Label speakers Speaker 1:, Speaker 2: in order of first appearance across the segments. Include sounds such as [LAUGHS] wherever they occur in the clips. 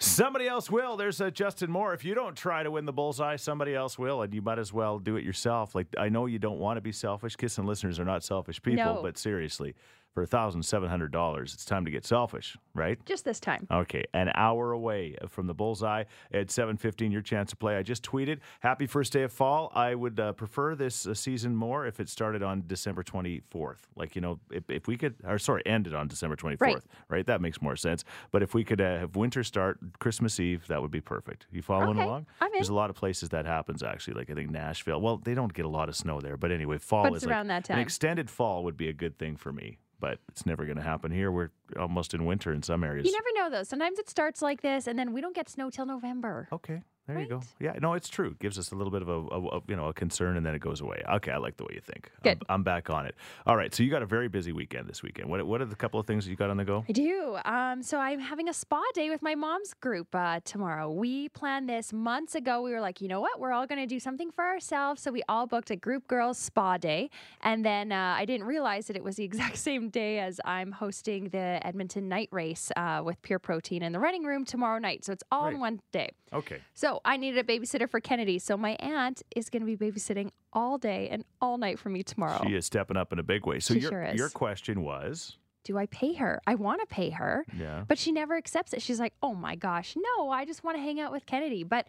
Speaker 1: Somebody else will. There's a Justin Moore. If you don't try to win the bullseye, somebody else will, and you might as well do it yourself. Like I know you don't want to be selfish. Kissing listeners are not selfish people,
Speaker 2: No.
Speaker 1: but seriously, for thousand seven hundred dollars, it's time to get selfish, right?
Speaker 2: Just this time.
Speaker 1: Okay, an hour away from the bullseye at 7:15. Your chance to play. I just tweeted, "Happy first day of fall." I would uh, prefer this uh, season more if it started on December 24th. Like you know, if, if we could, or sorry, ended on December 24th.
Speaker 2: Right.
Speaker 1: That makes more sense. But if we could uh, have winter start Christmas Eve, that would be perfect. You following
Speaker 2: Okay,
Speaker 1: along?
Speaker 2: I'm in.
Speaker 1: There's a lot of places that happens actually. Like I think Nashville. Well, they don't get a lot of snow there, but anyway, fall
Speaker 2: But
Speaker 1: is
Speaker 2: it's
Speaker 1: like
Speaker 2: around that
Speaker 1: an
Speaker 2: time.
Speaker 1: extended fall would be a good thing for me. But it's never going to happen here. We're almost in winter in some areas.
Speaker 2: You never know though. Sometimes it starts like this, and then we don't get snow till November.
Speaker 1: Okay. There you go.
Speaker 2: Right?
Speaker 1: Yeah, no, it's true. It gives us a little bit of a, a- a- you know a concern, and then it goes away. Okay, I like the way you think.
Speaker 2: Good.
Speaker 1: I'm, I'm back on it. All right, so you got a very busy weekend this weekend. What what are the couple of things you got on the go?
Speaker 2: I do. Um, so I'm having a spa day with my mom's group uh, tomorrow. We planned this months ago. We were like, you know what? We're all going to do something for ourselves. So we all booked a group girls spa day. And then uh, I didn't realize that it was the [LAUGHS] exact same day as I'm hosting the Edmonton night race uh, with Pure Protein in the running room tomorrow night. So it's all
Speaker 1: Right.
Speaker 2: in one day.
Speaker 1: Okay.
Speaker 2: So I needed a babysitter for Kennedy. So my aunt is going to be babysitting all day and all night for me tomorrow.
Speaker 1: She is stepping up in a big way. So
Speaker 2: She
Speaker 1: your
Speaker 2: sure is.
Speaker 1: your question was,
Speaker 2: Do I pay her? I want to pay her.
Speaker 1: yeah.
Speaker 2: But she never accepts it. She's like, oh my gosh, no, I just want to hang out with Kennedy. But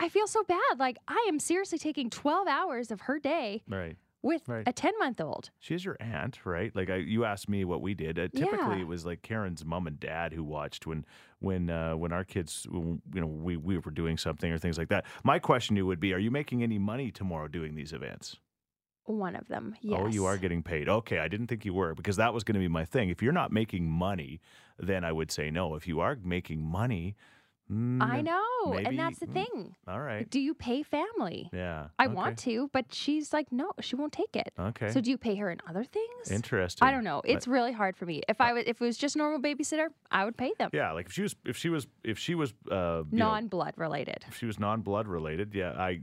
Speaker 2: I feel so bad. Like, I am seriously taking 12 hours of her day
Speaker 1: Right.
Speaker 2: with
Speaker 1: Right.
Speaker 2: a 10 month old.
Speaker 1: She is your aunt, right? Like I, you asked me what we did. Uh, typically,
Speaker 2: Yeah.
Speaker 1: it was like Karen's mom and dad who watched when when uh, when our kids, when, you know, we we were doing something or things like that. My question to you would be, are you making any money tomorrow doing these events?
Speaker 2: One of them. Yes.
Speaker 1: Oh, you are getting paid. Okay, I didn't think you were because that was going to be my thing. If you're not making money, then I would say no. If you are making money, mm,
Speaker 2: I
Speaker 1: then-
Speaker 2: know.
Speaker 1: maybe-
Speaker 2: and that's the
Speaker 1: mm,
Speaker 2: thing.
Speaker 1: All right.
Speaker 2: Do you pay family?
Speaker 1: Yeah.
Speaker 2: I
Speaker 1: okay.
Speaker 2: want to, but she's like, no, she won't take it.
Speaker 1: Okay.
Speaker 2: So do you pay her in other things?
Speaker 1: Interesting.
Speaker 2: I don't know. It's really hard for me. If I was, if it was just normal babysitter, I would pay them.
Speaker 1: yeah, like if she was, if she was, if she was, uh, you know,
Speaker 2: Non blood related.
Speaker 1: if she was non-blood related. Yeah. I.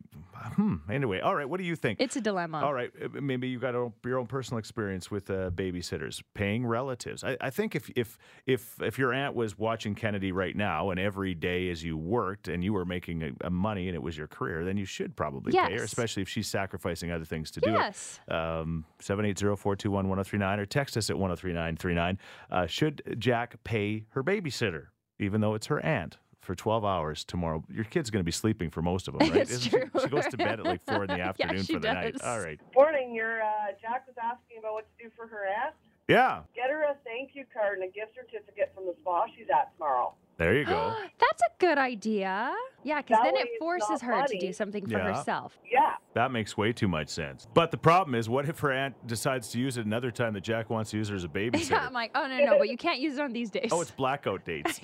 Speaker 1: Hmm. Anyway. All right. What do you think?
Speaker 2: It's a dilemma.
Speaker 1: All right, uh, maybe you got a- your own personal experience with uh, babysitters, paying relatives. I, I think if if if if your aunt was watching Kennedy right now, and every day as you worked and you were making a, a money and it was your career, then you should probably pay her,
Speaker 2: Yes.
Speaker 1: especially if she's sacrificing other things to do it
Speaker 2: Yes.
Speaker 1: um, 780-421-1039 or text us at 103939. Uh, should Jack pay her babysitter, even though it's her aunt, for 12 hours tomorrow? Your kid's going to be sleeping for most
Speaker 2: [LAUGHS]
Speaker 1: of them, right?
Speaker 2: It's
Speaker 1: she-
Speaker 2: true.
Speaker 1: She, goes to bed at like 4 in the
Speaker 2: [LAUGHS] Yeah,
Speaker 1: afternoon
Speaker 2: she
Speaker 1: for the night.
Speaker 2: does.
Speaker 1: All right.
Speaker 3: Morning, your uh, Jack was asking about what to do for her aunt.
Speaker 1: Yeah,
Speaker 3: Get her a thank you card and a gift certificate from the spa she's at tomorrow.
Speaker 1: there you
Speaker 2: [GASPS]
Speaker 1: go.
Speaker 2: That's a good idea. Yeah, because
Speaker 3: That
Speaker 2: then
Speaker 3: way
Speaker 2: it
Speaker 3: it's
Speaker 2: forces
Speaker 3: not
Speaker 2: her
Speaker 3: funny.
Speaker 2: to do something for
Speaker 1: Yeah.
Speaker 2: herself.
Speaker 3: Yeah,
Speaker 1: that makes way too much sense. But the problem is, what if her aunt decides to use it another time that Jack wants to use her as a babysitter?
Speaker 2: [LAUGHS] Yeah, I'm like, oh no, no, but you can't use it on these days.
Speaker 1: Oh, it's blackout dates.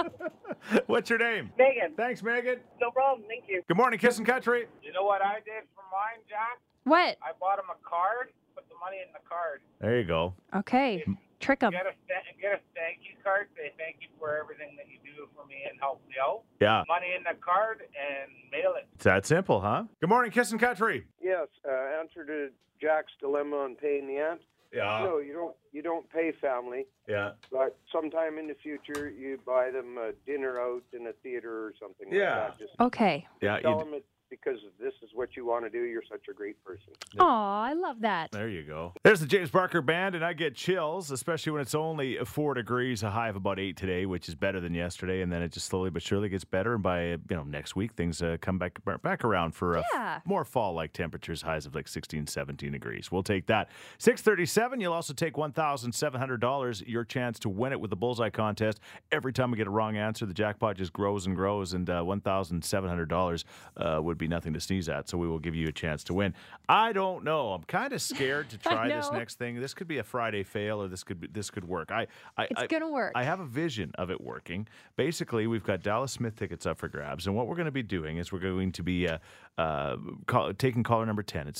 Speaker 1: [LAUGHS] What's your name?
Speaker 3: Megan,
Speaker 1: Thanks, Megan.
Speaker 3: no problem. Thank you.
Speaker 1: Good morning, Kiss and Country.
Speaker 4: You know what I did for mine, Jack?
Speaker 2: [LAUGHS] what?
Speaker 4: I bought him a card, put the money in the card.
Speaker 1: There you go.
Speaker 2: Okay,
Speaker 1: Mm.
Speaker 2: trick them.
Speaker 4: Get a th- get a thank you card. Say thank you for everything that you do for me and help me out.
Speaker 1: Yeah,
Speaker 4: Money in the card and mail it.
Speaker 1: it's that simple, huh? Good morning, Kiss and Country.
Speaker 5: Yes, uh, answer to Jack's dilemma on paying the aunt.
Speaker 1: Yeah,
Speaker 5: no, you don't. You don't pay family,
Speaker 1: yeah,
Speaker 5: but sometime in the future, you buy them a dinner out in a theater or something
Speaker 1: Yeah.
Speaker 5: like that. Just
Speaker 2: Okay.
Speaker 1: yeah. you-
Speaker 5: tell them it because this is what you want to do. You're such a great person.
Speaker 2: Aw, I love that.
Speaker 1: there you go. There's the James Barker Band, and I get chills, especially when it's only four degrees, a high of about eight today, which is better than yesterday. And then it just slowly but surely gets better, and by you know next week things uh, come back back around for uh,
Speaker 2: Yeah.
Speaker 1: more fall-like temperatures, highs of like 16, 17 degrees. We'll take that. 637, you'll also take $1,700, your chance to win it with the Bullseye Contest. Every time we get a wrong answer, the jackpot just grows and grows, and uh, $1,700 uh, would be nothing to sneeze at, so we will give you a chance to win. I don't know. I'm kind of scared to
Speaker 2: [LAUGHS] I
Speaker 1: try this
Speaker 2: know.
Speaker 1: next thing. This could be a Friday fail, or this could be, this could work. I, I,
Speaker 2: It's
Speaker 1: I-
Speaker 2: gonna work.
Speaker 1: I have a vision of it working. Basically, we've got Dallas Smith tickets up for grabs, and what we're going to be doing is we're going to be uh, uh, call, taking caller number 10 at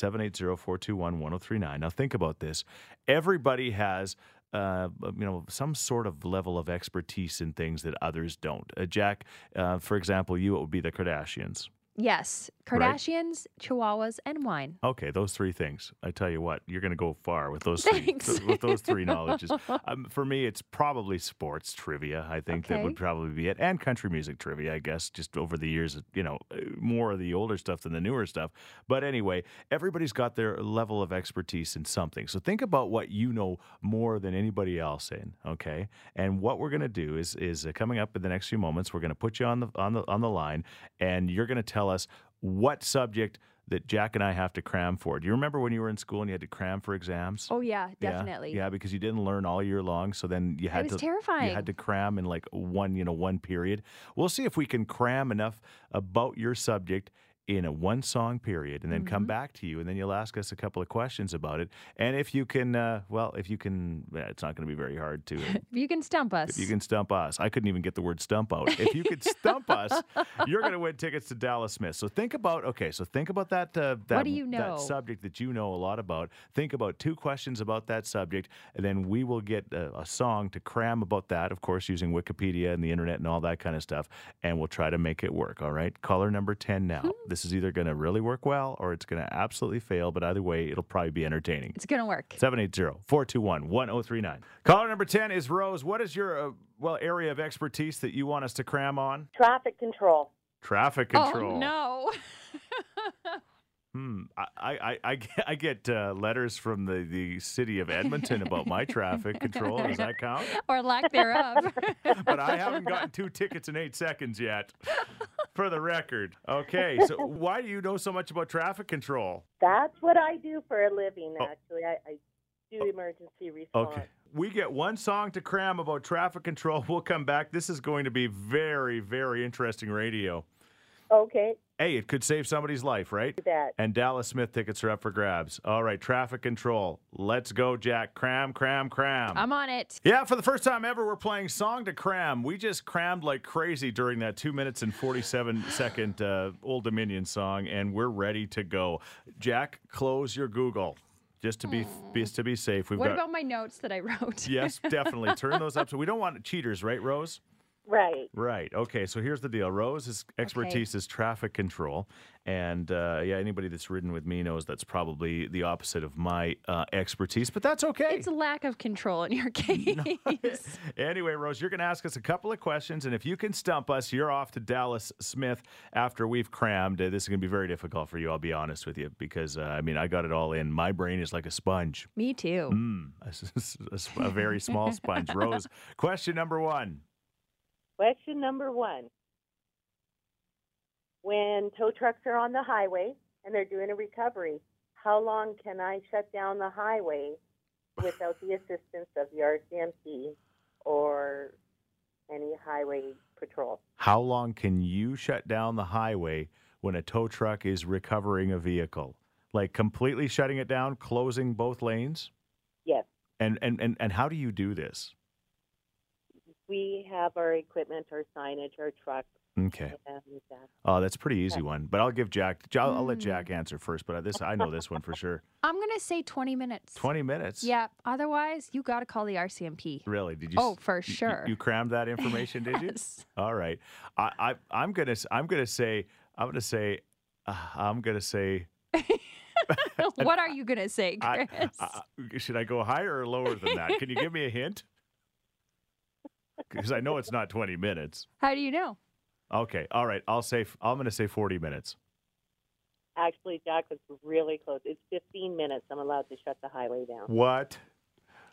Speaker 1: 780-421-1039. Now, think about this. Everybody has... Uh, you know, some sort of level of expertise in things that others don't. Uh, Jack, uh, for example, you it would be the Kardashians.
Speaker 2: Yes,
Speaker 1: Right.
Speaker 2: Kardashians, Chihuahuas, and wine.
Speaker 1: Okay, those three things. I tell you what, you're going to go far with those three,
Speaker 2: Thanks.
Speaker 1: th- with those three knowledges. Um, for me, it's probably sports trivia. I think that would
Speaker 2: Okay.
Speaker 1: probably be it, and country music trivia. I guess just over the years, you know, uh, more of the older stuff than the newer stuff. But anyway, everybody's got their level of expertise in something. So think about what you know more than anybody else in. Okay, and what we're going to do is is uh, coming up in the next few moments. We're going to put you on the on the on the line, and you're going to tell us what subject that Jack and I have to cram for. Do you remember when you were in school and you had to cram for exams?
Speaker 2: Oh yeah,
Speaker 1: Yeah,
Speaker 2: definitely.
Speaker 1: Yeah, because you didn't learn all year long, so then you
Speaker 2: It
Speaker 1: had
Speaker 2: was
Speaker 1: to
Speaker 2: terrifying.
Speaker 1: you had to cram in like one, you know, one period. We'll see if we can cram enough about your subject in a one song period and then come back to you and then you'll ask us a couple of questions about it. And if you can uh, well, if you can yeah, it's not going to be very hard to
Speaker 2: You can stump us.
Speaker 1: if you can stump us. I couldn't even get the word stump out. If you could stump
Speaker 2: [LAUGHS]
Speaker 1: us, you're going to win tickets to Dallas Smith. So think about okay. So think about that. Uh, that
Speaker 2: do you know?
Speaker 1: That subject that you know a lot about. Think about two questions about that subject, and then we will get a, a song to cram about that. Of course, using Wikipedia and the internet and all that kind of stuff, and we'll try to make it work. All right. Caller number ten
Speaker 2: Hmm.
Speaker 1: now. this is either going to really work well or it's going to absolutely fail. But either way, it'll probably be entertaining.
Speaker 2: it's gonna work.
Speaker 1: 780-421-1039. Caller number 10 is Rose. What is your uh, well area of expertise that you want us to cram on?
Speaker 3: Traffic control.
Speaker 1: Traffic control.
Speaker 2: Oh no. [LAUGHS]
Speaker 1: Hmm. I, I, I- I get, I get uh, letters from the, the city of Edmonton about my traffic
Speaker 2: [LAUGHS]
Speaker 1: control. Does that count?
Speaker 2: or lack thereof.
Speaker 1: But I haven't gotten two tickets in eight seconds yet, for the record. Okay, so why do you know so much about traffic control?
Speaker 6: That's what I do for a living,
Speaker 1: Oh.
Speaker 6: actually. I, I do emergency response.
Speaker 1: Okay. We get one song to cram about traffic control. We'll come back. This is going to be very, very interesting radio.
Speaker 6: Okay,
Speaker 1: Hey, it could save somebody's life, right?
Speaker 6: do that.
Speaker 1: And Dallas Smith tickets are up for grabs. All right, traffic control. Let's go, Jack. Cram, cram, cram.
Speaker 2: [LAUGHS] I'm on it.
Speaker 1: yeah, for the first time ever, we're playing Song to Cram. We just crammed like crazy during that two minutes and
Speaker 2: [GASPS]
Speaker 1: 47 second uh, Old Dominion song, and we're ready to go. Jack, close your Google. Just to be, just to be safe, we've
Speaker 2: What
Speaker 1: got
Speaker 2: about my notes that I wrote?
Speaker 1: yes, definitely turn those up. So we don't want cheaters, right, Rose?
Speaker 6: Right.
Speaker 1: Right. Okay. So here's the deal. Rose's expertise is traffic control, and uh, yeah, anybody that's ridden with me knows that's probably the opposite of my uh, expertise, but that's okay.
Speaker 2: [LAUGHS] It's a lack of control in your case.
Speaker 1: [LAUGHS] Anyway, Rose, you're going to ask us a couple of questions, and if you can stump us, you're off to Dallas Smith after we've crammed. Uh, this is going to be very difficult for you. I'll be honest with you, because uh, I mean, I got it all in. My brain is like a sponge,
Speaker 2: Me too.
Speaker 1: mm, [LAUGHS] a s- s- a very small sponge. Rose, question number one.
Speaker 6: Question number one. When tow trucks are on the highway and they're doing a recovery, how long can I shut down the highway without the assistance of the RCMP or any highway patrol?
Speaker 1: How long can you shut down the highway when a tow truck is recovering a vehicle? Like completely shutting it down, closing both lanes?
Speaker 6: Yes,
Speaker 1: And and and, and how do you do this?
Speaker 6: we have our equipment, our signage, our truck,
Speaker 1: Okay.
Speaker 6: and uh,
Speaker 1: Oh, that's a pretty easy
Speaker 6: Yeah.
Speaker 1: one. But I'll give Jack I'll, I'll let
Speaker 2: Mm.
Speaker 1: Jack answer first, but this I know this one for
Speaker 2: [LAUGHS]
Speaker 1: sure.
Speaker 2: I'm gonna say 20 minutes.
Speaker 1: 20 minutes.
Speaker 2: Yeah. Otherwise, you gotta call the RCMP.
Speaker 1: Really? Did you
Speaker 2: Oh,
Speaker 1: s-
Speaker 2: for
Speaker 1: you- you-
Speaker 2: sure.
Speaker 1: You, crammed that information, did you?
Speaker 2: [LAUGHS] Yes.
Speaker 1: All right. I, I I'm going to I'm going to say I'm going to say uh, I'm going to say
Speaker 2: what are you gonna say,
Speaker 1: [LAUGHS] I-
Speaker 2: Chris?
Speaker 1: I- I- should I go higher or lower than that? Can you give me a
Speaker 2: [LAUGHS]
Speaker 1: hint? Because I know it's not 20 minutes.
Speaker 2: How do you know?
Speaker 1: Okay. All right. I'll say, f- I'm going to say 40 minutes.
Speaker 6: Actually, Jack was really close. It's 15 minutes. I'm allowed to shut the highway down.
Speaker 1: What?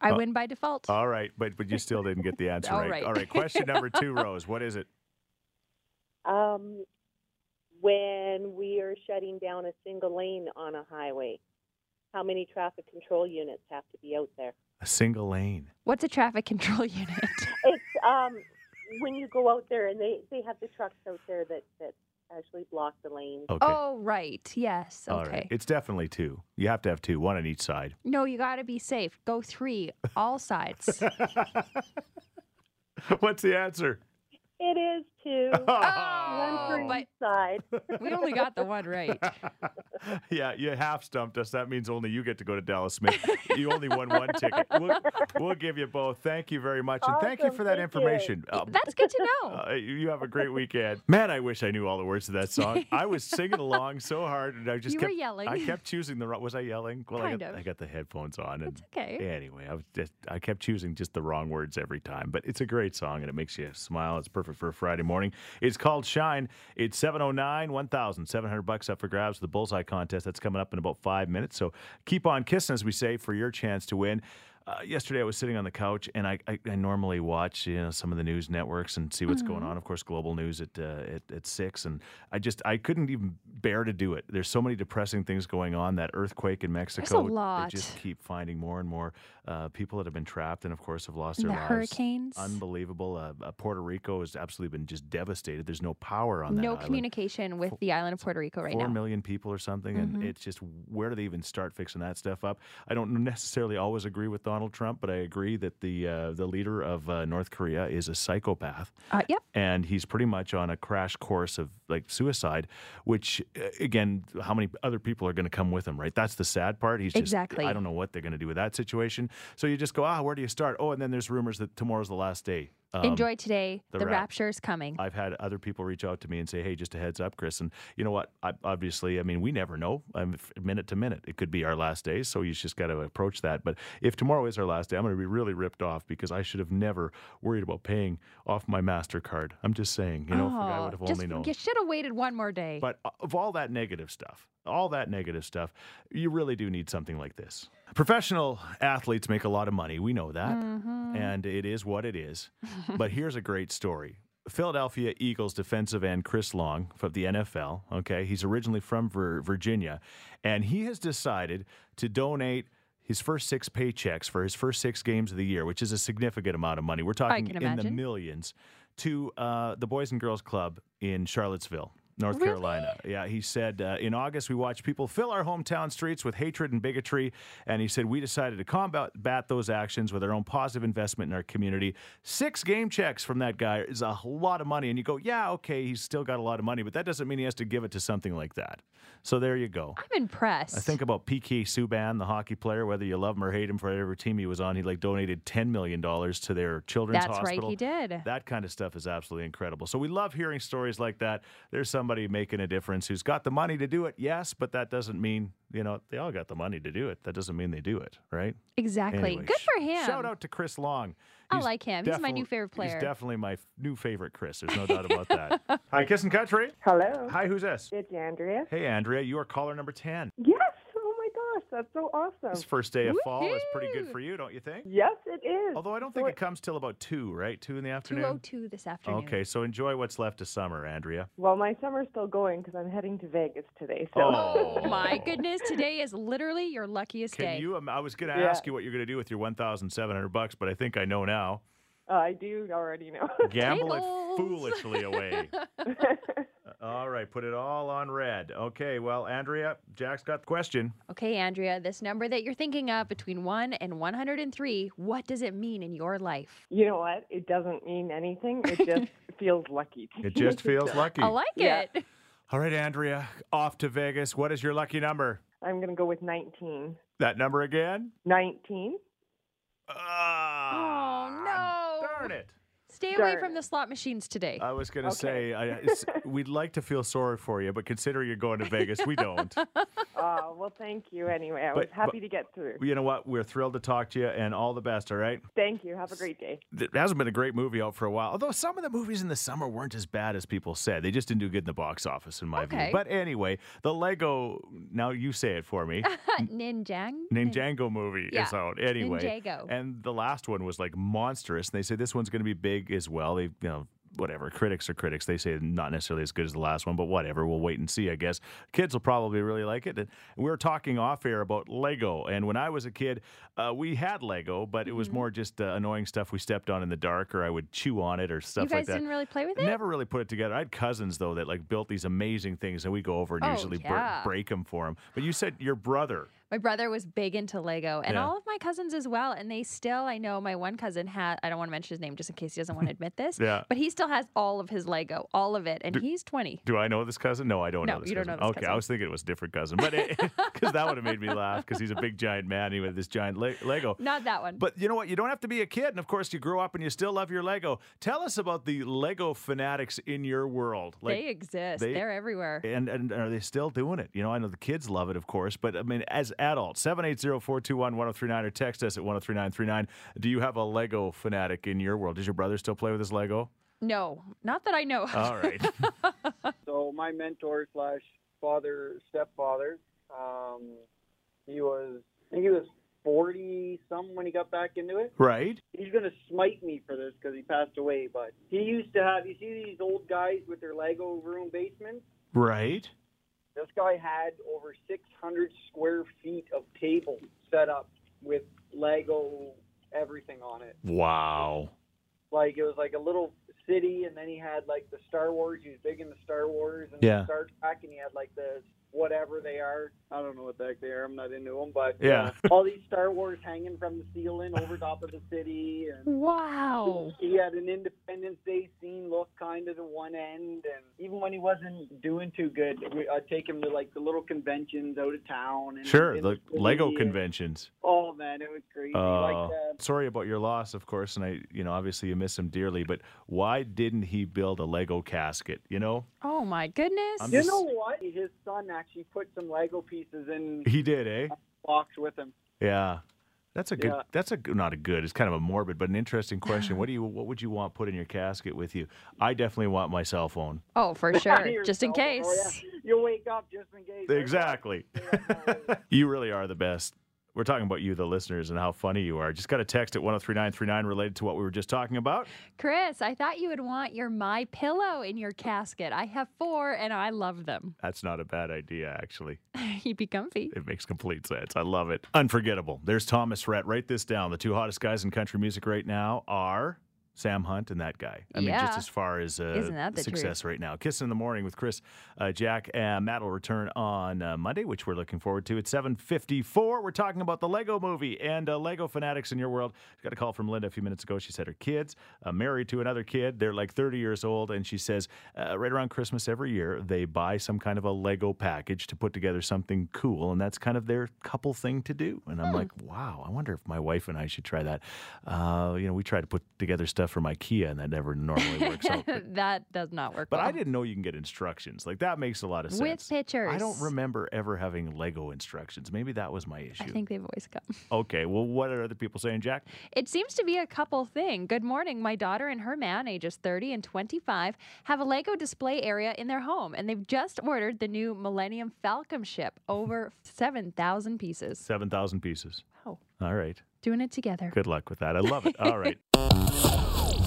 Speaker 2: I
Speaker 1: Uh,
Speaker 2: win by default.
Speaker 1: All right. But, but you still didn't
Speaker 2: [LAUGHS]
Speaker 1: get the answer
Speaker 2: All
Speaker 1: right.
Speaker 2: right.
Speaker 1: All right. Question
Speaker 2: [LAUGHS]
Speaker 1: number two, Rose. What is it?
Speaker 6: Um, when we are shutting down a single lane on a highway, how many traffic control units have to be out there?
Speaker 1: A single lane.
Speaker 2: What's a traffic
Speaker 1: [LAUGHS]
Speaker 2: control [LAUGHS] unit?
Speaker 6: It's um, when you go out there and they, they have the trucks out there that, that actually block the lane.
Speaker 1: Okay.
Speaker 2: Oh, right. Yes.
Speaker 1: All
Speaker 2: Okay.
Speaker 1: right. It's definitely two. You have to have two, one on each
Speaker 2: [LAUGHS]
Speaker 1: side. [LAUGHS]
Speaker 2: No, you gotta be safe. Go three,
Speaker 1: [LAUGHS]
Speaker 2: all sides.
Speaker 1: What's the answer?
Speaker 6: It is
Speaker 1: [LAUGHS]
Speaker 6: two,
Speaker 2: Oh,
Speaker 6: one for
Speaker 2: but-
Speaker 6: each side.
Speaker 2: We only got the
Speaker 1: [LAUGHS]
Speaker 2: one right.
Speaker 1: yeah, you half stumped us. That means only you get to go to Dallas
Speaker 2: [LAUGHS]
Speaker 1: Smith. you only won one ticket. We'll, we'll give you both. Thank you very much, and thank you
Speaker 6: Awesome,
Speaker 1: for that
Speaker 6: thank you.
Speaker 1: information. Uh,
Speaker 2: That's good to know.
Speaker 1: uh, you have a
Speaker 2: [LAUGHS]
Speaker 1: great weekend, man. I wish I knew all the words to that song. I was singing along so hard, and I just
Speaker 2: You were
Speaker 1: kept
Speaker 2: yelling.
Speaker 1: I kept choosing the wrong. Was I yelling? Well,
Speaker 2: Kind
Speaker 1: I, got,
Speaker 2: of.
Speaker 1: I got the headphones on, and
Speaker 2: It's okay.
Speaker 1: Anyway, I was just I kept choosing just the wrong words every time, but it's a great song and it makes you smile. It's perfect for a Friday morning. It's called Shine. It's 709 1700 bucks up for grabs the Bullseye contest that's coming up in about 5 minutes. So keep on kissing as we say for your chance to win. Uh, yesterday, I was sitting on the couch, and I, I, I normally watch you know some of the news networks and see what's going
Speaker 2: Mm-hmm.
Speaker 1: on. Of course, global news at, uh, at at six, and I just I couldn't even bear to do it. There's so many depressing things going on. That earthquake in Mexico, they
Speaker 2: lot.
Speaker 1: just keep finding more and more uh, people that have been trapped and, of course, have lost
Speaker 2: And
Speaker 1: their
Speaker 2: the
Speaker 1: lives.
Speaker 2: hurricanes.
Speaker 1: Unbelievable. Uh, uh, Puerto Rico has absolutely been just devastated. There's no power on that
Speaker 2: No
Speaker 1: island.
Speaker 2: communication with the island of Puerto Rico right
Speaker 1: Four
Speaker 2: now. Mm-hmm.
Speaker 1: million people or something, and it's just where do they even start fixing that stuff up? I don't necessarily always agree with Donald Trump, but I agree that the uh, the leader of uh, North Korea is a psychopath
Speaker 2: Uh, yep.
Speaker 1: and he's pretty much on a crash course of like suicide which uh, again how many other people are going to come with him right that's the sad part he's just
Speaker 2: Exactly.
Speaker 1: i don't know what they're going to do with that situation so you just go ah where do you start oh and then there's rumors that tomorrow's the last day um,
Speaker 2: Enjoy today.
Speaker 1: the
Speaker 2: The,
Speaker 1: rap-
Speaker 2: rapture's coming.
Speaker 1: I've had other people reach out to me and say, "Hey, just a heads up, Chris." And you know what? I, obviously, I mean, we never know. I'm f- minute to minute, it could be our last day, so you just got to approach that. But if tomorrow is our last day, I'm going to be really ripped off because I should have never worried about paying off my Mastercard. I'm just saying, you know, if I
Speaker 2: Oh,
Speaker 1: would have
Speaker 2: just,
Speaker 1: only known.
Speaker 2: You should have waited one more day.
Speaker 1: But of all that negative stuff, all that negative stuff, you really do need something like this. Professional athletes make a lot of money. We know that.
Speaker 2: Mm-hmm.
Speaker 1: And it is what it is. but here's a great story. Philadelphia Eagles defensive end Chris Long from the NFL. Okay. He's originally from Vir- Virginia. And he has decided to donate his first six paychecks for his first six games of the year, which is a significant amount of money. We're talking
Speaker 2: can
Speaker 1: in the
Speaker 2: imagine.
Speaker 1: millions to uh, the Boys and Girls Club in Charlottesville, North
Speaker 2: Really?
Speaker 1: Carolina. Yeah, he said, uh, in August, we watched people fill our hometown streets with hatred and bigotry. And he said, we decided to combat bat those actions with our own positive investment in our community. Six game checks from that guy is a lot of money. And you go, yeah, okay, he's still got a lot of money, but that doesn't mean he has to give it to something like that. So there you go.
Speaker 2: I'm impressed.
Speaker 1: I think about PK Subban, the hockey player, whether you love him or hate him for whatever team he was on, he like donated $10 million to their children's
Speaker 2: that's right.
Speaker 1: hospital.
Speaker 2: He did.
Speaker 1: That kind of stuff is absolutely incredible. So we love hearing stories like that. There's somebody making a difference who's got the money to do it, yes, but that doesn't mean, you know, they all got the money to do it. That doesn't mean they do it, right?
Speaker 2: Exactly.
Speaker 1: Anyway,
Speaker 2: Good
Speaker 1: sh-
Speaker 2: for him.
Speaker 1: Shout out to Chris Long.
Speaker 2: I like him. He's my
Speaker 1: defi-
Speaker 2: new favorite player.
Speaker 1: He's definitely my f- new favorite, Chris. There's no doubt about
Speaker 2: [LAUGHS]
Speaker 1: that. Hi, Kiss and Country.
Speaker 7: Hello.
Speaker 1: Hi, who's this?
Speaker 7: It's Andrea.
Speaker 1: Hey, Andrea, you are caller number 10.
Speaker 7: Yes. Oh my gosh, that's so awesome.
Speaker 1: This first day of fall is pretty good
Speaker 2: Woohoo!
Speaker 1: for you, don't you think?
Speaker 7: Yes, it is.
Speaker 1: Although I don't think it comes till about 2, right? 2 in the afternoon?
Speaker 2: 202 this afternoon.
Speaker 1: Okay, so enjoy what's left of summer, Andrea.
Speaker 7: well, my summer's still going because I'm heading to Vegas today. So
Speaker 1: Oh,
Speaker 2: [LAUGHS] My goodness, today is literally your luckiest
Speaker 1: Can
Speaker 2: day.
Speaker 1: you? Um, I was going to
Speaker 7: Yeah.
Speaker 1: ask you what you're going to do with your 1,700 bucks, but I think I know now.
Speaker 7: uh, I do already know. [LAUGHS]
Speaker 1: Gamble it
Speaker 2: Tables.
Speaker 1: foolishly away. Uh, all right, put it all on red. Okay, well, Andrea, Jack's got the question.
Speaker 2: Okay, Andrea, this number that you're thinking of between 1 and 103, what does it mean in your life?
Speaker 7: you know what? It doesn't mean anything. It just feels lucky. to
Speaker 1: It
Speaker 7: me. [LAUGHS]
Speaker 1: just
Speaker 6: [LAUGHS]
Speaker 1: feels lucky.
Speaker 2: I like
Speaker 7: Yeah.
Speaker 2: it. [LAUGHS]
Speaker 1: All right, Andrea, off to Vegas. What is your lucky number?
Speaker 7: I'm gonna go with 19.
Speaker 1: That number again?
Speaker 7: 19.
Speaker 1: Ah,
Speaker 2: Oh, no.
Speaker 1: Darn it.
Speaker 2: Stay away
Speaker 7: Darn
Speaker 2: from the slot machines today.
Speaker 1: I was going to
Speaker 7: Okay.
Speaker 1: say, I, it's- we'd like to feel sorry for you, but consider you're going to Vegas, we don't.
Speaker 7: Oh well, thank you anyway. I was
Speaker 1: But-
Speaker 7: happy to get through.
Speaker 1: you know what? We're thrilled to talk to you and all the best, all right?
Speaker 7: Thank you. Have a great day.
Speaker 1: there hasn't been a great movie out for a while. Although some of the movies in the summer weren't as bad as people said. They just didn't do good in the box office, in my view.
Speaker 2: Okay.
Speaker 1: But anyway, the Lego, now you say it for me,
Speaker 2: Ninjang?
Speaker 1: Ninjago movie is
Speaker 2: Yeah,
Speaker 1: out anyway.
Speaker 2: Ninjago.
Speaker 1: And the last one was like monstrous. And they say this one's going to be big as well. They, you know, whatever. Critics are critics. They say not necessarily as good as the last one, but whatever. We'll wait and see, I guess. Kids will probably really like it. And we were talking off air about Lego. And when I was a kid, uh, we had Lego, but it
Speaker 2: Mm-hmm.
Speaker 1: was more just uh, annoying stuff we stepped on in the dark or I would chew on it or stuff
Speaker 2: you guys
Speaker 1: like that.
Speaker 2: didn't really play with it?
Speaker 1: Never really put it together. I had cousins though that like built these amazing things, and we go over and
Speaker 2: Oh,
Speaker 1: usually br-
Speaker 2: yeah.
Speaker 1: break them for them. But you said your brother
Speaker 2: My brother was big into Lego, and
Speaker 1: Yeah.
Speaker 2: all of my cousins as well. And they still, I know my one cousin had. I don't want to mention his name just in case he doesn't
Speaker 1: [LAUGHS]
Speaker 2: want to admit this.
Speaker 1: Yeah.
Speaker 2: But he still has all of his Lego, all of it, and
Speaker 1: Do-
Speaker 2: he's twenty.
Speaker 1: Do I know this cousin? No, I don't know
Speaker 2: No,
Speaker 1: this
Speaker 2: you don't
Speaker 1: cousin.
Speaker 2: know this
Speaker 1: okay, I
Speaker 2: cousin.
Speaker 1: was thinking it was a different cousin, but [LAUGHS] because that would have made me laugh because he's a big giant man. And he had this giant le- Lego.
Speaker 2: Not that one.
Speaker 1: But you know what? You don't have to be a kid, and of course, you grow up and you still love your Lego. Tell us about the Lego fanatics in your world.
Speaker 2: they exist.
Speaker 1: they-
Speaker 2: They, are everywhere.
Speaker 1: and, and are they still doing it? You know, I know the kids love it, of course, but I mean, as adults, 780 421 1039 or text us at 103939. Do you have a Lego fanatic in your world? Does your brother still play with his Lego?
Speaker 2: no, not that I know. of.
Speaker 1: All
Speaker 2: [LAUGHS]
Speaker 1: right.
Speaker 8: So my mentor slash father stepfather, um, he was I think he was forty some when he got back into it.
Speaker 1: right?
Speaker 8: He's gonna smite me for this because he passed away. But he used to have you see these old guys with their Lego room basements.
Speaker 1: Right.
Speaker 8: This guy had over six hundred square feet of table set up with Lego everything on it.
Speaker 1: Wow.
Speaker 8: like it was like a little city and then he had like the star wars he was big into star wars and
Speaker 1: Yeah.
Speaker 8: star trek and he had like the whatever they are i don't know what the heck they are i'm not into them but
Speaker 1: Yeah.
Speaker 8: uh, all these star wars hanging from the ceiling over top of the city and
Speaker 2: Wow.
Speaker 8: he had an independence day scene look kind of to one end and even when he wasn't doing too good we, i'd take him to like the little conventions out of town and
Speaker 1: Sure.
Speaker 8: in
Speaker 1: The
Speaker 8: city
Speaker 1: Lego
Speaker 8: and-
Speaker 1: conventions.
Speaker 8: oh man it was crazy
Speaker 1: Uh,
Speaker 8: like uh,
Speaker 1: sorry about your loss, of course, and I, you know, obviously you miss him dearly. But why didn't he build a Lego casket? You know,
Speaker 2: Oh my goodness.
Speaker 1: I'm
Speaker 8: you
Speaker 1: just-
Speaker 8: know what? His son actually put some Lego pieces in
Speaker 1: he did, eh?
Speaker 8: box with him.
Speaker 1: Yeah, that's a good.
Speaker 8: Yeah.
Speaker 1: That's a g- not a good. It's kind of a morbid, but an interesting question.
Speaker 8: [LAUGHS]
Speaker 1: what do you? What would you want put in your casket with you? I definitely want my cell phone.
Speaker 2: oh, for sure.
Speaker 8: Yourself
Speaker 2: Just in
Speaker 8: before
Speaker 2: case.
Speaker 8: you- You Oh, wake up just in case.
Speaker 1: Exactly. [LAUGHS] you really are the best. We're talking about you, the listeners, and how funny you are. Just got a text at 103939 related to what we were just talking about.
Speaker 2: Chris, I thought you would want your My Pillow in your casket. I have four, and I love them. [LAUGHS]
Speaker 1: That's not a bad idea, actually.
Speaker 2: You'd be comfy.
Speaker 1: It makes complete sense. I love it. Unforgettable. There's Thomas Rhett. Write this down. The two hottest guys in country music right now are Sam Hunt and that guy. I mean, just
Speaker 2: Yeah.
Speaker 1: as far as uh,
Speaker 2: Isn't that the
Speaker 1: success right now. Kissing in the morning with Chris, uh, Jack, and Matt will return on uh, Monday, which we're looking forward to. It's 7:54. We're talking about the Lego Movie and uh, Lego fanatics in your world. Got a call from Linda a few minutes ago. She said her kids uh, married to another kid. They're like 30 years old, and she says uh, right around Christmas every year they buy some kind of a Lego package to put together something cool, and that's kind of their couple thing to do. And I'm like, wow, I wonder if my wife and I should try that. Uh, you know, we try to put together stuff from IKEA, and that never normally works
Speaker 2: [LAUGHS]
Speaker 1: out. But,
Speaker 2: that does not work.
Speaker 1: but I
Speaker 2: well.
Speaker 1: didn't know you can get instructions. Like that makes a lot of sense.
Speaker 2: Um, With pictures.
Speaker 1: I don't remember ever having Lego instructions. Maybe that was my issue.
Speaker 2: I think they've always come. [LAUGHS]
Speaker 1: okay, well, what are other people saying, Jack?
Speaker 2: It seems to be a couple thing. Good morning. My daughter and her man, ages 30 and 25, have a Lego display area in their home, and they've just ordered the new Millennium Falcon ship, over 7,000 pieces.
Speaker 1: 7,000 pieces.
Speaker 2: Wow.
Speaker 1: All right.
Speaker 2: Doing it together.
Speaker 1: Good luck with that. I love it. All
Speaker 2: [LAUGHS]
Speaker 1: right.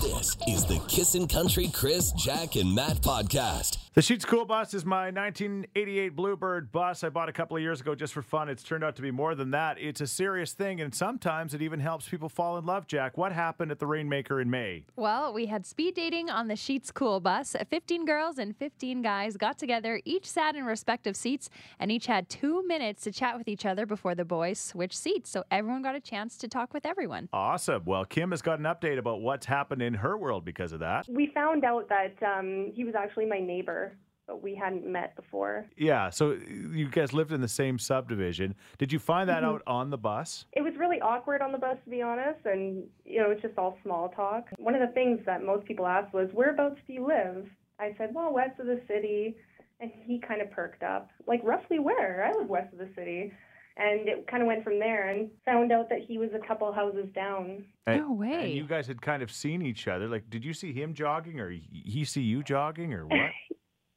Speaker 9: This is the Kissin' Country Chris, Jack, and Matt podcast.
Speaker 1: The Sheets Cool Bus is my 1988 Bluebird bus I bought a couple of years ago just for fun. It's turned out to be more than that. It's a serious thing, and sometimes it even helps people fall in love, Jack. What happened at the Rainmaker in May?
Speaker 2: Well, we had speed dating on the Sheets Cool bus. 15 girls and 15 guys got together, each sat in respective seats, and each had two minutes to chat with each other before the boys switched seats. So everyone got a chance to talk with everyone.
Speaker 1: Awesome. Well, Kim has got an update about what's happened in her world because of that.
Speaker 10: We found out that um, he was actually my neighbor, but we hadn't met before.
Speaker 1: Yeah, so uh, you guys lived in the same subdivision. Did you find that out on the bus?
Speaker 10: It was really awkward on the bus, to be honest, and you know, it's just all small talk. One of the things that most people asked was, "Whereabouts do you live?" I said, "Well, west of the city," and he kind of perked up, like, "Roughly where? I live west of the city." And it kind of went from there, and found out that he was a couple houses down.
Speaker 1: And-
Speaker 2: No way.
Speaker 1: And you guys had kind of seen each other. Like, did you see him jogging or y- he see you jogging or what?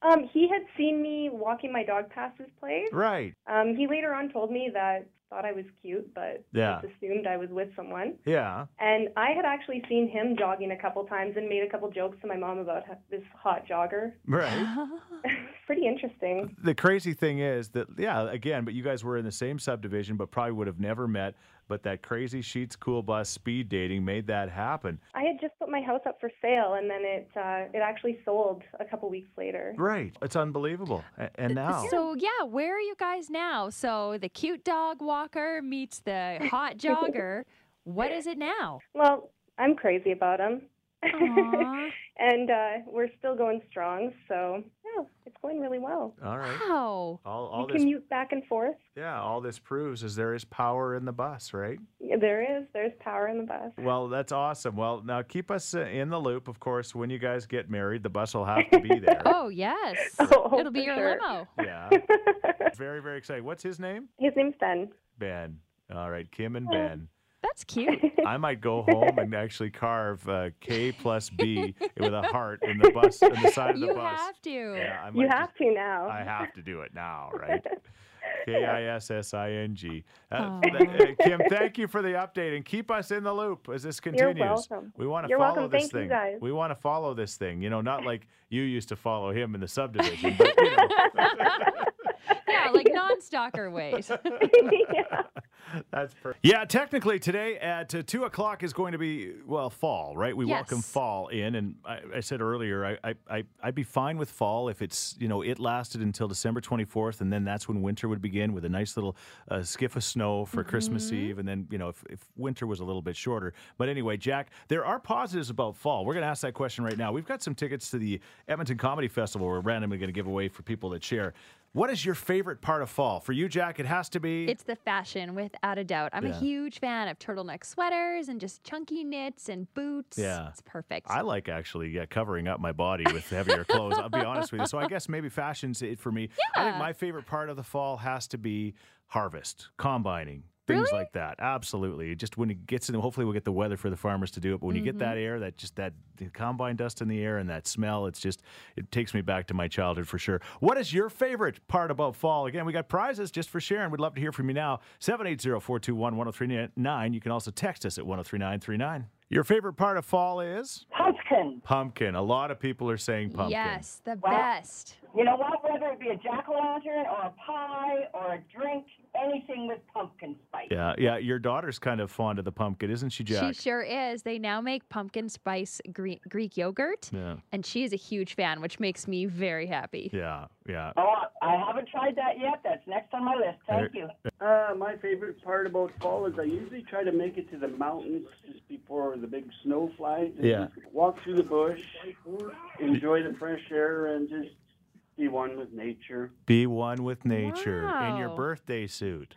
Speaker 10: Um, he had seen me walking my dog past his place.
Speaker 1: right.
Speaker 10: Um, he later on told me that thought I was cute, but
Speaker 1: Yeah.
Speaker 10: just assumed I was with someone.
Speaker 1: Yeah.
Speaker 10: And I had actually seen him jogging a couple times and made a couple jokes to my mom about h- this hot jogger. [LAUGHS]
Speaker 1: Right.
Speaker 2: [LAUGHS]
Speaker 10: Pretty interesting.
Speaker 1: the crazy thing is that yeah again but you guys were in the same subdivision but probably would have never met but that crazy sheets cool bus speed dating made that happen
Speaker 10: I had just put my house up for sale, and then it uh, it actually sold a couple weeks later.
Speaker 1: right it's unbelievable A- and now
Speaker 2: So yeah, where are you guys now? So the cute dog stalker meets the
Speaker 10: [LAUGHS]
Speaker 2: hot jogger. What is
Speaker 1: [LAUGHS]
Speaker 2: it now?
Speaker 10: Well, I'm crazy about him. [LAUGHS] and uh, we're still going strong, so yeah, it's going really well.
Speaker 1: All
Speaker 2: [GASPS]
Speaker 1: right.
Speaker 2: Wow.
Speaker 1: All, all
Speaker 10: you
Speaker 1: this,
Speaker 10: commute back and forth.
Speaker 1: yeah, all this proves is there is power in the bus, right?
Speaker 10: Yeah, There is. There's power in the bus.
Speaker 1: Well, that's awesome. Well, now keep us uh, in the loop. Of course, when you guys get married, the bus will have to be there.
Speaker 2: [LAUGHS] Oh yes.
Speaker 10: [LAUGHS] [LAUGHS] Oh,
Speaker 2: It'll be your
Speaker 10: for sure.
Speaker 2: limo.
Speaker 1: Yeah.
Speaker 10: [LAUGHS]
Speaker 1: Very, very exciting. What's his name?
Speaker 10: His name's Ben.
Speaker 1: Ben. All right, Kim and Ben. [LAUGHS]
Speaker 2: That's cute.
Speaker 1: I might go home and actually carve uh, K plus B with a heart in the bus, in the side of the
Speaker 2: you
Speaker 1: bus.
Speaker 2: have to.
Speaker 1: Yeah, I
Speaker 10: [LAUGHS] You
Speaker 1: might
Speaker 10: have
Speaker 1: just-
Speaker 10: to now. [LAUGHS]
Speaker 1: I have to do it now, right? K I S S I N G. Uh,
Speaker 2: Aw.
Speaker 1: th- uh, Kim, thank you for the update and keep us in the loop as this continues.
Speaker 10: welcome.
Speaker 1: We want to
Speaker 10: You're
Speaker 1: follow
Speaker 10: welcome.
Speaker 1: this
Speaker 10: Thank you,
Speaker 1: thing.
Speaker 10: guys.
Speaker 1: We want to follow this thing. You know, not like you used to follow him in the subdivision. But, you know,
Speaker 2: Yeah, like non-stalker
Speaker 1: [LAUGHS]
Speaker 2: ways.
Speaker 10: yeah.
Speaker 1: that's perfect. Yeah, technically today at uh, two o'clock is going to be well fall, right? We welcome
Speaker 2: Yes.
Speaker 1: fall in, and I, I said earlier I, I I I'd be fine with fall if it's you know it lasted until December twenty fourth, and then that's when winter would begin with a nice little uh, skiff of snow for Christmas Eve, and then you know if, if winter was a little bit shorter. But anyway, Jack, there are positives about fall. We're going to ask that question right now. We've got some tickets to the Edmonton Comedy Festival. We're randomly going to give away for people that share. What is your favorite part of fall? For you, Jack, it has to be
Speaker 2: It's the fashion, without a doubt. I'm
Speaker 1: Yeah.
Speaker 2: a huge fan of turtleneck sweaters and just chunky knits and boots.
Speaker 1: Yeah.
Speaker 2: It's perfect.
Speaker 1: I like actually yeah, covering up my body with heavier clothes. I'll be honest with you. So I guess maybe fashion's it for me. I think
Speaker 2: Yeah.
Speaker 1: my favorite part of the fall has to be harvest, combining. Things like that, absolutely. Just when it gets in, hopefully we'll get the weather for the farmers to do it. But when you get that air, that just that the combine dust in the air and that smell, it's just it takes me back to my childhood for sure. What is your favorite part about fall? Again, we got prizes just for sharing. We'd love to hear from you now. 780-421-1039. You can also text us at 103939. Your favorite part of fall is?
Speaker 11: Pumpkin.
Speaker 1: Pumpkin. A lot of people are saying pumpkin.
Speaker 2: Yes, the
Speaker 11: Wow.
Speaker 2: best.
Speaker 11: You know what? Whether it be a jack o' lantern or a pie or a drink, anything with pumpkin spice.
Speaker 1: Yeah, yeah. Your daughter's kind of fond of the pumpkin, isn't she, Jack?
Speaker 2: She sure is. They now make pumpkin spice Gre- Greek yogurt,
Speaker 1: yeah,
Speaker 2: and she is a huge fan, which makes me very happy.
Speaker 1: yeah, yeah.
Speaker 11: Oh, I haven't tried that yet. That's next on my list. Thank you.
Speaker 12: Uh, my favorite part about fall is I usually try to make it to the mountains just before the big snow flies. and
Speaker 1: Yeah.
Speaker 12: just Walk through the bush, enjoy the fresh air, and just be one with nature.
Speaker 1: Be one with nature in your
Speaker 2: Wow.
Speaker 1: birthday suit.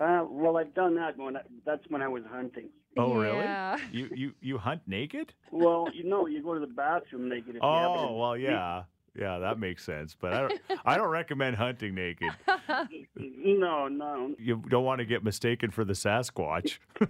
Speaker 12: Uh, well, I've done that when I, that's when I was hunting.
Speaker 1: Oh,
Speaker 2: Yeah.
Speaker 1: really? You you you hunt
Speaker 11: [LAUGHS]
Speaker 1: naked?
Speaker 12: Well, you know, you go to the bathroom naked. If you have
Speaker 1: Oh,
Speaker 12: it.
Speaker 1: well, yeah, yeah. That makes sense. But I don't I don't recommend hunting naked.
Speaker 12: No, no.
Speaker 1: You don't want to get mistaken for the Sasquatch. [LAUGHS]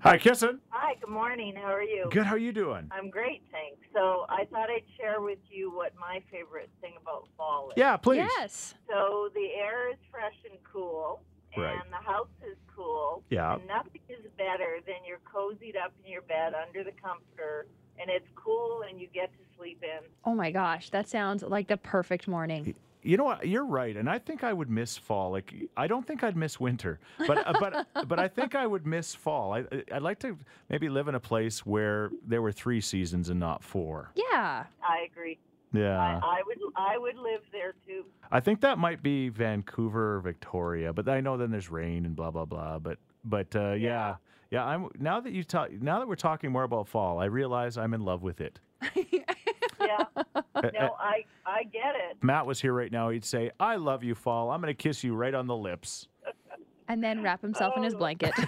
Speaker 1: Hi, Kissin.
Speaker 11: Hi, good morning. How are you?
Speaker 1: Good. How you doing?
Speaker 11: I'm great, thanks. So I thought I'd share with you what my favorite thing about fall is.
Speaker 1: Yeah, please.
Speaker 2: Yes.
Speaker 11: So the air is fresh and cool, and
Speaker 1: Right.
Speaker 11: the house is cool.
Speaker 1: Yeah.
Speaker 11: And nothing is better than you're cozied up in your bed under the comforter, and it's cool, and you get to sleep in.
Speaker 2: Oh my gosh, that sounds like the perfect morning.
Speaker 1: You know what? You're right, and I think I would miss fall. Like I don't think I'd miss winter, but uh,
Speaker 11: [LAUGHS]
Speaker 1: but but I think I would miss fall. I I- I'd like to maybe live in a place where there were three seasons and not four.
Speaker 2: Yeah.
Speaker 11: I agree.
Speaker 1: Yeah,
Speaker 11: I, I would I would live there too.
Speaker 1: I think that might be Vancouver or Victoria, but I know then there's rain and blah blah blah. But but uh, yeah. Yeah, I'm now that you talk now that we're talking more about fall, I realize I'm in love with it.
Speaker 11: [LAUGHS] Yeah. no, I I get it.
Speaker 1: Matt was here right now, he'd say, "I love you fall. I'm going to kiss you right on the lips."
Speaker 2: And then wrap himself in
Speaker 1: [LAUGHS]
Speaker 2: his blanket. [LAUGHS]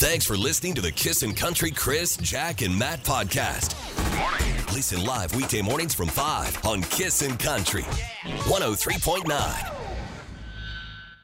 Speaker 9: Thanks for listening to the Kissin' Country Chris, Jack, and Matt podcast. oh Listen live weekday mornings from 5 on Kissin' Country 103.9.